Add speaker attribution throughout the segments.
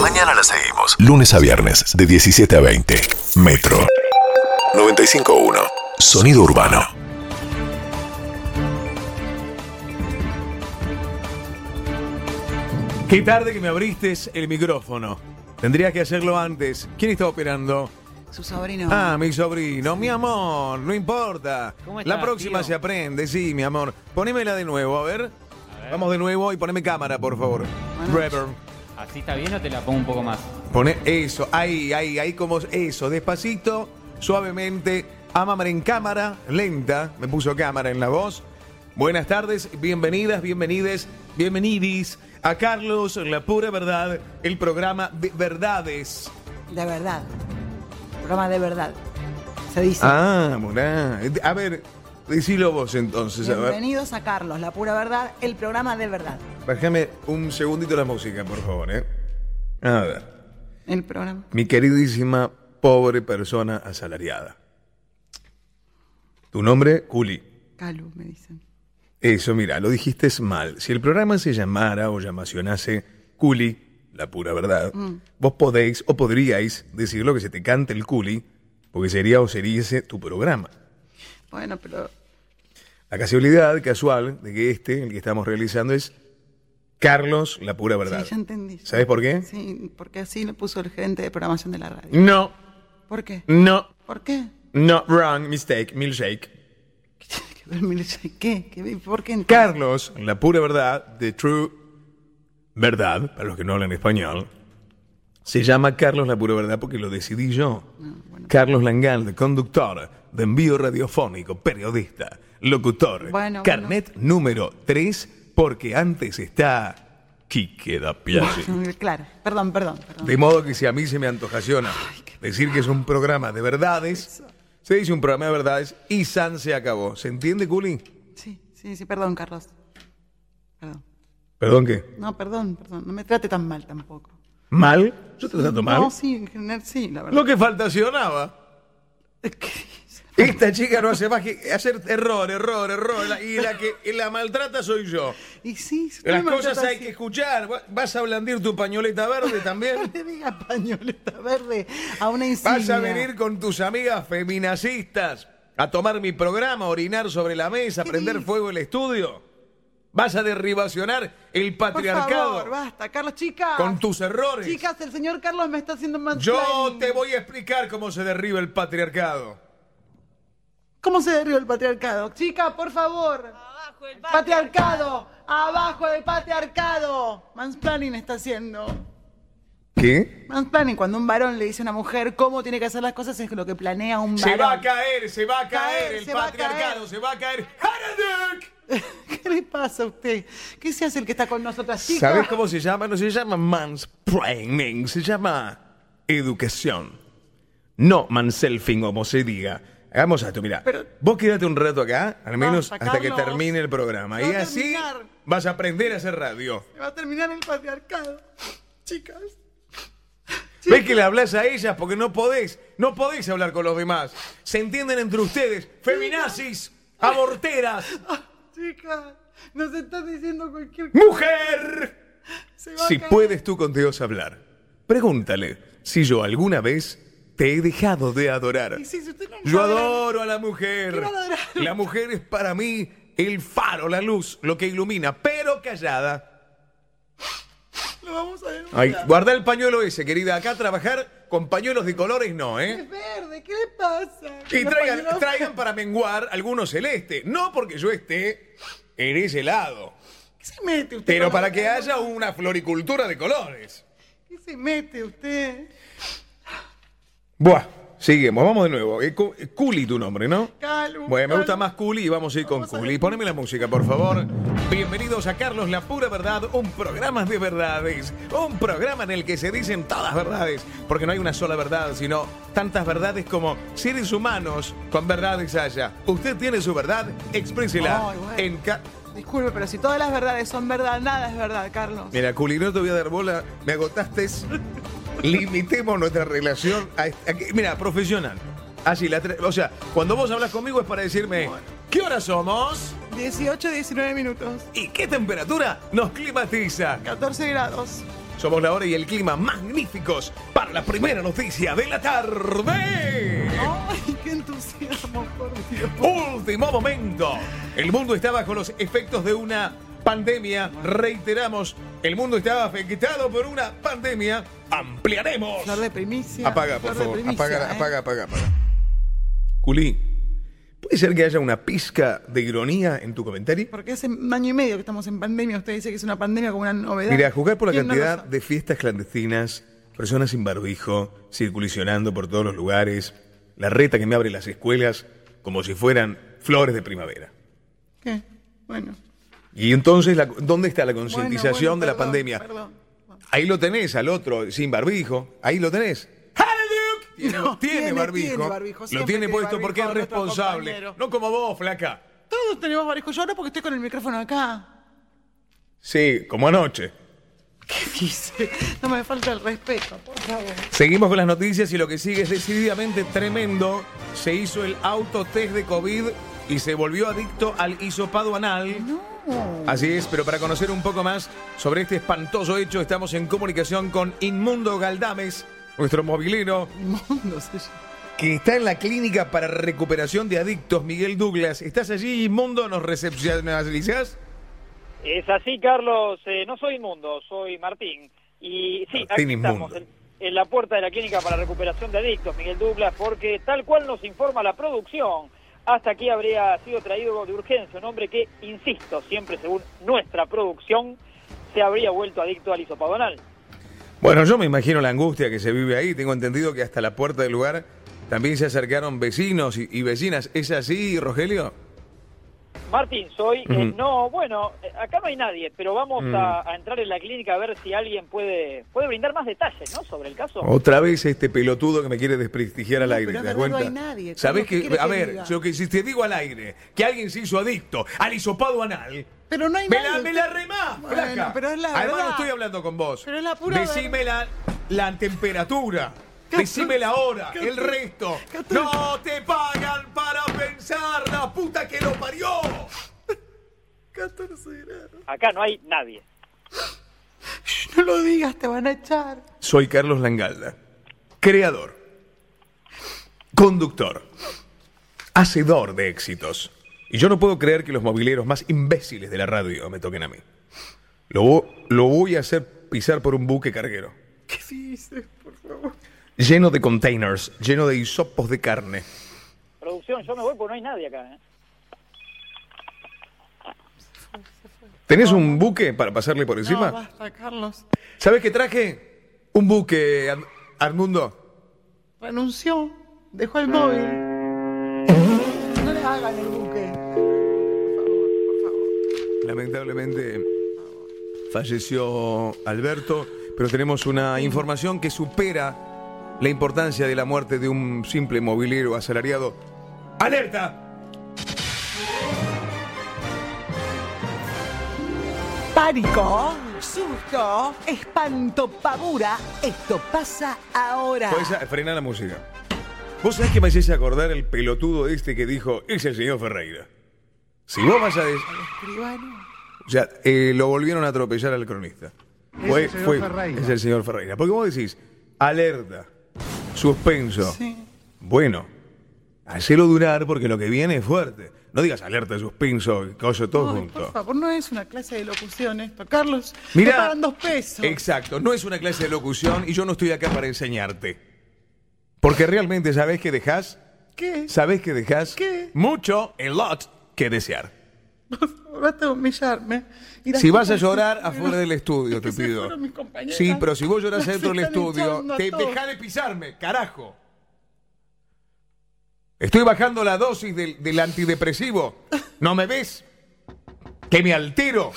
Speaker 1: Mañana la seguimos. Lunes a viernes, de 17 a 20. Metro 95.1. Sonido urbano.
Speaker 2: Qué tarde que me abriste el micrófono. Tendrías que hacerlo antes. ¿Quién está operando?
Speaker 3: Su sobrino.
Speaker 2: Ah, mi sobrino, mi amor, no importa.
Speaker 4: ¿Cómo
Speaker 2: la
Speaker 4: estás,
Speaker 2: próxima
Speaker 4: tío?
Speaker 2: se aprende, sí, mi amor. Ponémela de nuevo, a ver. Vamos de nuevo y poneme cámara, por favor. Reverb.
Speaker 4: ¿Así está bien o te la pongo un poco más?
Speaker 2: Pone eso, ahí, ahí, ahí como eso, despacito, suavemente. Amamar en cámara, lenta, me puso cámara en la voz. Buenas tardes, bienvenidas, bienvenides, bienvenidis a Carlos, la pura verdad, el programa de verdades.
Speaker 3: De verdad. Programa de verdad. Se dice.
Speaker 2: Ah, morá. A ver, decilo vos entonces, a ver.
Speaker 3: Bienvenidos a Carlos, la pura verdad, el programa de verdad.
Speaker 2: Bájame un segundito la música, por favor, ¿eh? A ver.
Speaker 3: El programa.
Speaker 2: Mi queridísima pobre persona asalariada. Tu nombre, Juli.
Speaker 3: Calu, me dicen.
Speaker 2: Eso, mira, lo dijiste es mal. Si el programa se llamara o llamacionase Culi, la pura verdad,
Speaker 3: Mm.
Speaker 2: vos podéis o podríais decir lo que se te cante el Culi, porque sería o sería ese tu programa.
Speaker 3: Bueno, pero
Speaker 2: La casualidad casual de que este, el que estamos realizando, es Carlos, la pura verdad.
Speaker 3: sí, ya entendí.
Speaker 2: ¿Sabes por qué?
Speaker 3: Sí, porque así le puso el gerente de programación de la radio.
Speaker 2: No, Mm.
Speaker 3: ¿Por qué?
Speaker 2: no,
Speaker 3: ¿Por qué?
Speaker 2: no, wrong, mistake, milkshake.
Speaker 3: ¿Qué tiene que ver Miley? ¿Qué? ¿Qué? ¿Por qué? entonces?
Speaker 2: Carlos, la pura verdad, the true verdad, para los que no hablan español, se llama Carlos la pura verdad porque lo decidí yo.
Speaker 3: Ah,
Speaker 2: Carlos Langal, conductor de envío radiofónico, periodista, locutor,
Speaker 3: Bueno,
Speaker 2: carnet número 3, porque antes está Quique da Piazzi.
Speaker 3: Claro, perdón, perdón, perdón.
Speaker 2: De modo que si a mí se me antojaciona decir que es un programa de verdades, se dice un programa de verdades y San se acabó. ¿Se entiende, Culi?
Speaker 3: Sí, sí, sí, perdón, Carlos. Perdón.
Speaker 2: ¿Perdón qué?
Speaker 3: No, perdón, perdón. No me trate tan mal tampoco.
Speaker 2: ¿Mal? ¿Yo te trato mal?
Speaker 3: No, sí, en general sí, la verdad.
Speaker 2: Lo que faltacionaba. Esta chica no hace más que hacer error, error, error. la- Y la que y la maltrata soy yo.
Speaker 3: Y sí, si
Speaker 2: Las
Speaker 3: usted me
Speaker 2: cosas
Speaker 3: trata
Speaker 2: hay
Speaker 3: así-
Speaker 2: que escuchar. Va- Vas a blandir tu pañoleta verde
Speaker 3: No
Speaker 2: también.
Speaker 3: le diga pañoleta verde a una insignia.
Speaker 2: Vas a venir con tus amigas feminacistas a tomar mi programa, a orinar sobre la mesa, a
Speaker 3: ¿Qué
Speaker 2: prender
Speaker 3: dices?
Speaker 2: fuego el estudio. Vas a derribacionar el
Speaker 3: Por
Speaker 2: patriarcado
Speaker 3: favor, basta, Carlos, chicas.
Speaker 2: con tus errores.
Speaker 3: Chicas, el señor Carlos me está haciendo más.
Speaker 2: yo te voy a explicar cómo se derriba el patriarcado.
Speaker 3: ¿Cómo se derriba el patriarcado? Chica, por favor. Abajo el patriarcado. Abajo el patriarcado. Mansplaining está haciendo.
Speaker 2: ¿Qué?
Speaker 3: Mansplaining, cuando un varón le dice a una mujer cómo tiene que hacer las cosas, es lo que planea un varón.
Speaker 2: Se va a caer, se va a caer,
Speaker 3: Caer,
Speaker 2: el
Speaker 3: se va a
Speaker 2: patriarcado,
Speaker 3: caer.
Speaker 2: se va a caer. ¡Haraduk!
Speaker 3: ¿Qué le pasa a usted? ¿Qué se hace el que está con nosotras, chicas?
Speaker 2: ¿Sabes cómo se llama? No se llama mansplaining, se llama educación. No manselfing, como se diga. Hagamos esto, mira.
Speaker 3: Pero-
Speaker 2: Vos quédate un rato acá, al menos
Speaker 3: Basta,
Speaker 2: hasta que
Speaker 3: Carlos.
Speaker 2: termine el programa.
Speaker 3: Se va
Speaker 2: Y
Speaker 3: a
Speaker 2: así
Speaker 3: terminar.
Speaker 2: vas a aprender a hacer radio.
Speaker 3: Se va a terminar el patriarcado. Chicas.
Speaker 2: ¿Ves que le hablas a ellas? Porque no podés. No podés hablar con los demás. Se entienden entre ustedes. Feminazis, aborteras,
Speaker 3: Chica, nos estás diciendo cualquier cosa.
Speaker 2: mujer.
Speaker 3: Se va a
Speaker 2: Si
Speaker 3: caer.
Speaker 2: puedes tú con Dios hablar, pregúntale si yo alguna vez te he dejado de adorar.
Speaker 3: Y sí, si usted no
Speaker 2: Yo
Speaker 3: va a adorar-
Speaker 2: adoro a la mujer.
Speaker 3: ¿Qué va a adorar?
Speaker 2: La mujer es para mí el faro, la luz, lo que ilumina, pero callada.
Speaker 3: Lo vamos a denunciar.
Speaker 2: Ay, guarda el pañuelo ese, querida. Acá trabajar con pañuelos de colores no, ¿eh?
Speaker 3: Es verde, ¿qué le pasa?
Speaker 2: Y
Speaker 3: Los
Speaker 2: traigan,
Speaker 3: pañuelos-
Speaker 2: traigan para menguar algunos celeste. No porque yo esté en ese lado,
Speaker 3: ¿Qué se mete usted?
Speaker 2: pero
Speaker 3: con
Speaker 2: para
Speaker 3: los
Speaker 2: que
Speaker 3: pañuelos?
Speaker 2: haya una floricultura de colores.
Speaker 3: ¿Qué se mete usted?
Speaker 2: Buah, seguimos, vamos de nuevo. Eh, cu- eh, Culi tu nombre, ¿no?
Speaker 3: Calu,
Speaker 2: Bueno, me
Speaker 3: Calu.
Speaker 2: gusta más Culi y vamos a ir con
Speaker 3: Vamos a
Speaker 2: Culi.
Speaker 3: ver.
Speaker 2: Poneme la música, por favor. Bienvenidos a Carlos La Pura Verdad, un programa de verdades. Un programa en el que se dicen todas verdades, porque no hay una sola verdad, sino tantas verdades como seres humanos con verdades haya. Usted tiene su verdad, exprésela.
Speaker 3: Ay, bueno.
Speaker 2: en ca-
Speaker 3: Disculpe, pero si todas las verdades son verdad, nada es verdad, Carlos.
Speaker 2: Mira, Culi, no te voy a dar bola, me agotaste. Limitemos nuestra relación a, a que- mira, profesional. Así la tre- o sea, cuando vos hablas conmigo es para decirme ¿Qué hora somos?
Speaker 3: 18, 19 minutos,
Speaker 2: ¿Y qué temperatura nos climatiza?
Speaker 3: 14 grados.
Speaker 2: Somos la hora y el clima magníficos para la primera noticia de la tarde.
Speaker 3: ¡Ay, qué entusiasmo, por Dios!
Speaker 2: Último momento. El mundo está bajo los efectos de una pandemia. Reiteramos, el mundo estaba afectado por una pandemia. Ampliaremos.
Speaker 3: Flor de primicia.
Speaker 2: Apaga, por
Speaker 3: flor de
Speaker 2: favor.
Speaker 3: primicia,
Speaker 2: Apaga,
Speaker 3: ¿eh?
Speaker 2: apaga, apaga, apaga. Culi, ¿puede ser que haya una pizca de ironía en tu comentario?
Speaker 3: Porque hace un año y medio que estamos en pandemia. Usted dice que es una pandemia como una novedad.
Speaker 2: Mira, juzgar por la
Speaker 3: ¿Quién no
Speaker 2: cantidad
Speaker 3: lo sabe?
Speaker 2: de fiestas clandestinas, personas sin barbijo, circulacionando por todos los lugares, la reta que me abre las escuelas como si fueran flores de primavera.
Speaker 3: ¿Qué? Bueno.
Speaker 2: Y entonces, la- ¿dónde está la
Speaker 3: Bueno,
Speaker 2: concientización
Speaker 3: bueno,
Speaker 2: de la
Speaker 3: perdón,
Speaker 2: pandemia?
Speaker 3: perdón.
Speaker 2: Ahí lo tenés al otro sin barbijo, ahí lo tenés. ¡Haralduk! Tiene,
Speaker 3: No,
Speaker 2: tiene
Speaker 3: tiene-
Speaker 2: barbijo.
Speaker 3: tiene barbijo,
Speaker 2: Lo
Speaker 3: siempre
Speaker 2: tiene
Speaker 3: tiene
Speaker 2: puesto
Speaker 3: barbijo
Speaker 2: porque es
Speaker 3: nuestro
Speaker 2: responsable.
Speaker 3: compañero.
Speaker 2: No como vos, flaca.
Speaker 3: Todos tenemos barbijo. Yo ahora porque estoy con el micrófono acá.
Speaker 2: Sí, como anoche.
Speaker 3: ¿Qué dice? No me falta el respeto, por favor.
Speaker 2: Seguimos con las noticias y lo que sigue es decididamente tremendo. Se hizo el autotest de COVID y se volvió adicto al hisopado anal. Así es, pero para conocer un poco más sobre este espantoso hecho, estamos en comunicación con Inmundo Galdames, nuestro movilero,
Speaker 3: Inmundo se llama.
Speaker 2: que está en la clínica para recuperación de adictos, Miguel Douglas. ¿Estás allí, Inmundo? ¿Nos recepcionalizás?
Speaker 5: Es así, Carlos. Eh, no soy inmundo, soy Martín. Y sí,
Speaker 2: Martín
Speaker 5: aquí
Speaker 2: Inmundo.
Speaker 5: estamos en, en la puerta de la clínica para recuperación de adictos, Miguel Douglas, porque tal cual nos informa la producción, hasta aquí habría sido traído de urgencia un hombre que, insisto, siempre según nuestra producción, se habría vuelto adicto al isopadonal.
Speaker 2: Bueno, yo me imagino la angustia que se vive ahí. Tengo entendido que hasta la puerta del lugar también se acercaron vecinos y, y vecinas. ¿Es así, Rogelio?
Speaker 5: Martín, soy. eh,
Speaker 2: Ujú.
Speaker 5: no, bueno, eh, acá no hay nadie, pero vamos
Speaker 2: Mm.
Speaker 5: a, a entrar en la clínica a ver si alguien puede, puede brindar más detalles, ¿no? Sobre el caso.
Speaker 2: Otra vez este pelotudo que me quiere desprestigiar al
Speaker 3: No,
Speaker 2: aire,
Speaker 3: pero
Speaker 2: ¿te das
Speaker 3: es verdad,
Speaker 2: cuenta?
Speaker 3: no hay nadie,
Speaker 2: ¿Sabés
Speaker 3: Carlos, ¿qué
Speaker 2: que,
Speaker 3: querés
Speaker 2: a
Speaker 3: que
Speaker 2: ver,
Speaker 3: diga?
Speaker 2: lo que si te digo al aire, que alguien se hizo adicto al hisopado anal,
Speaker 3: Pero no hay
Speaker 2: me
Speaker 3: nadie.
Speaker 2: la, me la remás,
Speaker 3: Bueno,
Speaker 2: flaca.
Speaker 3: pero es la
Speaker 2: Además no
Speaker 3: verdad.
Speaker 2: estoy hablando con vos.
Speaker 3: Pero es la pura
Speaker 2: Decime la, la temperatura.
Speaker 3: Catorce-
Speaker 2: Decime la hora, el
Speaker 3: catorce-
Speaker 2: resto.
Speaker 3: catorce-
Speaker 2: No te pagan para pensar, la puta que lo parió.
Speaker 3: 14 grados.
Speaker 5: Acá no hay nadie.
Speaker 3: Shh, No lo digas, te van a echar.
Speaker 2: Soy Carlos Langalda, creador, conductor, hacedor de éxitos. Y yo no puedo creer que los mobileros más imbéciles de la radio me toquen a mí. Lo, vo- lo voy a hacer pisar por un buque carguero,
Speaker 3: ¿Qué dices, por favor?
Speaker 2: lleno de containers, lleno de hisopos de carne.
Speaker 5: Producción, yo me voy porque no hay nadie acá. ¿eh?
Speaker 2: ¿Tenés un buque para pasarle por encima?
Speaker 3: No, basta, Carlos.
Speaker 2: ¿Sabés qué traje? Un buque, Ar- Armundo.
Speaker 3: Renunció, dejó el móvil. No le hagan el buque.
Speaker 2: Lamentablemente falleció Alberto, pero tenemos una información que supera la importancia de la muerte de un simple movilero asalariado. ¡Alerta!
Speaker 6: Pánico, susto, espanto, pavura. Esto pasa ahora.
Speaker 2: Podés
Speaker 7: Ah.
Speaker 2: a- frenar Pues, la música. ¿Vos sabés que me hacés acordar el pelotudo este que dijo, es el señor Ferreira? Si vos vas a decir...
Speaker 3: Escribano.
Speaker 2: O sea, eh, lo volvieron a atropellar al cronista.
Speaker 7: Es el señor Ferreira.
Speaker 2: Es el señor Ferreira. Porque vos decís, alerta, suspenso.
Speaker 3: Sí.
Speaker 2: Bueno, hacelo durar porque lo que viene es fuerte. No digas alerta, suspenso, y coso todo
Speaker 3: Ay,
Speaker 2: junto.
Speaker 3: por favor, no es una clase de locución esto. Carlos,
Speaker 2: Mirá,
Speaker 3: te pagan dos pesos.
Speaker 2: Exacto, no es una clase de locución y yo no estoy acá para enseñarte. Porque realmente sabés que dejás,
Speaker 3: ¿Qué?
Speaker 2: sabés que dejás
Speaker 3: ¿Qué?
Speaker 2: mucho, a lot, que desear.
Speaker 3: Basta de humillarme. Y las
Speaker 2: Si vas a
Speaker 3: chicas-
Speaker 2: llorar, afuera del estudio,
Speaker 3: que
Speaker 2: te
Speaker 3: se
Speaker 2: pido.
Speaker 3: fueron mis compañeras.
Speaker 2: Sí, pero si vos lloras
Speaker 3: Las
Speaker 2: dentro del
Speaker 3: están
Speaker 2: estudio,
Speaker 3: hinchando a
Speaker 2: te
Speaker 3: todos.
Speaker 2: dejá de pisarme, carajo. Estoy bajando la dosis del, del antidepresivo. ¿No me ves? ¡Que me altero!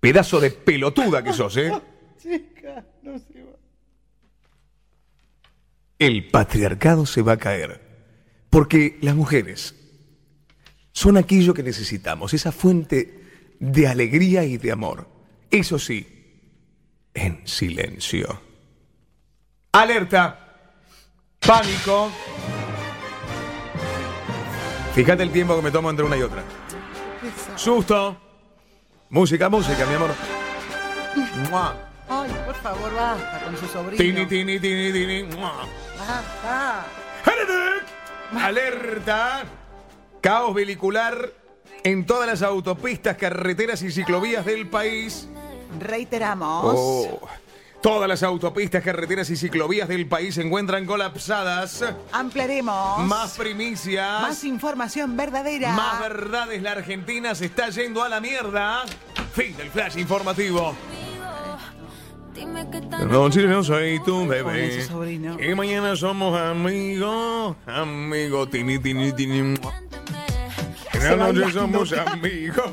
Speaker 2: Pedazo de pelotuda que sos, ¿eh?
Speaker 3: Chica, no se va.
Speaker 2: El patriarcado se va a caer. Porque las mujeres son aquello que necesitamos, esa fuente de alegría y de amor. Eso sí, en silencio. Alerta. Pánico. Fíjate el tiempo que me tomo entre una y otra. Susto. Música, música, mi amor. Mua.
Speaker 3: Ay, por favor, basta con su sobrino.
Speaker 2: Tini, tini, tini, tini. Mua.
Speaker 3: Basta.
Speaker 2: Heretic. Alerta. Caos velicular en todas las autopistas, carreteras y ciclovías del país.
Speaker 6: Reiteramos.
Speaker 2: Oh. Todas las autopistas, carreteras y ciclovías del país se encuentran colapsadas.
Speaker 6: Ampliaremos.
Speaker 2: Más primicias.
Speaker 6: Más información verdadera.
Speaker 2: Más verdades, la Argentina se está yendo a la mierda. Fin del flash informativo.
Speaker 7: Dime que tan
Speaker 2: Noche yo soy tu
Speaker 6: Pobre
Speaker 2: bebé.
Speaker 6: su sobrino.
Speaker 2: Y mañana somos amigos, amigos, tini, tini, tini. mua. En la noche somos amigos.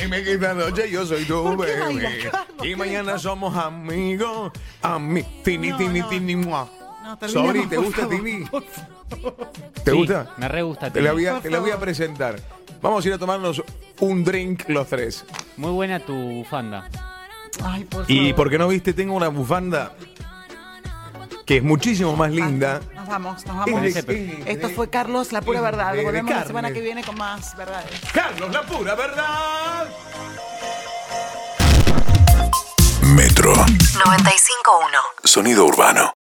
Speaker 2: Y me quita la noche, yo soy tu
Speaker 6: ¿Por qué baila,
Speaker 2: bebé.
Speaker 6: Carlos? ¿Qué
Speaker 2: Y
Speaker 6: le
Speaker 2: mañana
Speaker 6: pasa?
Speaker 2: somos amigos, ami tini,
Speaker 3: No,
Speaker 2: tini,
Speaker 3: no.
Speaker 2: tini, mua.
Speaker 3: No, terminemos,
Speaker 2: Sobri, ¿te
Speaker 3: por
Speaker 2: gusta
Speaker 3: favor.
Speaker 2: Tini?
Speaker 3: Por favor.
Speaker 2: ¿Te
Speaker 4: Sí,
Speaker 2: gusta?
Speaker 4: Me re gusta.
Speaker 2: Te la
Speaker 4: Tini.
Speaker 2: voy a,
Speaker 3: Por
Speaker 2: te la voy a
Speaker 3: favor.
Speaker 2: presentar. Vamos a ir a tomarnos un drink los tres.
Speaker 4: Muy buena tu bufanda.
Speaker 3: Ay, por
Speaker 2: Y
Speaker 3: favor.
Speaker 2: porque no viste, tengo una bufanda que es muchísimo más linda.
Speaker 3: Ah,
Speaker 6: Nos vamos, nos
Speaker 2: Es
Speaker 6: vamos.
Speaker 2: de- ¿eh?
Speaker 4: ese perfil.
Speaker 2: es de-
Speaker 6: Esto fue Carlos, la pura verdad.
Speaker 2: de- de
Speaker 6: Volvemos la semana
Speaker 2: carne.
Speaker 6: que viene con más verdades.
Speaker 2: Carlos, la pura verdad.
Speaker 1: Metro.
Speaker 8: 95.1.
Speaker 1: Sonido urbano.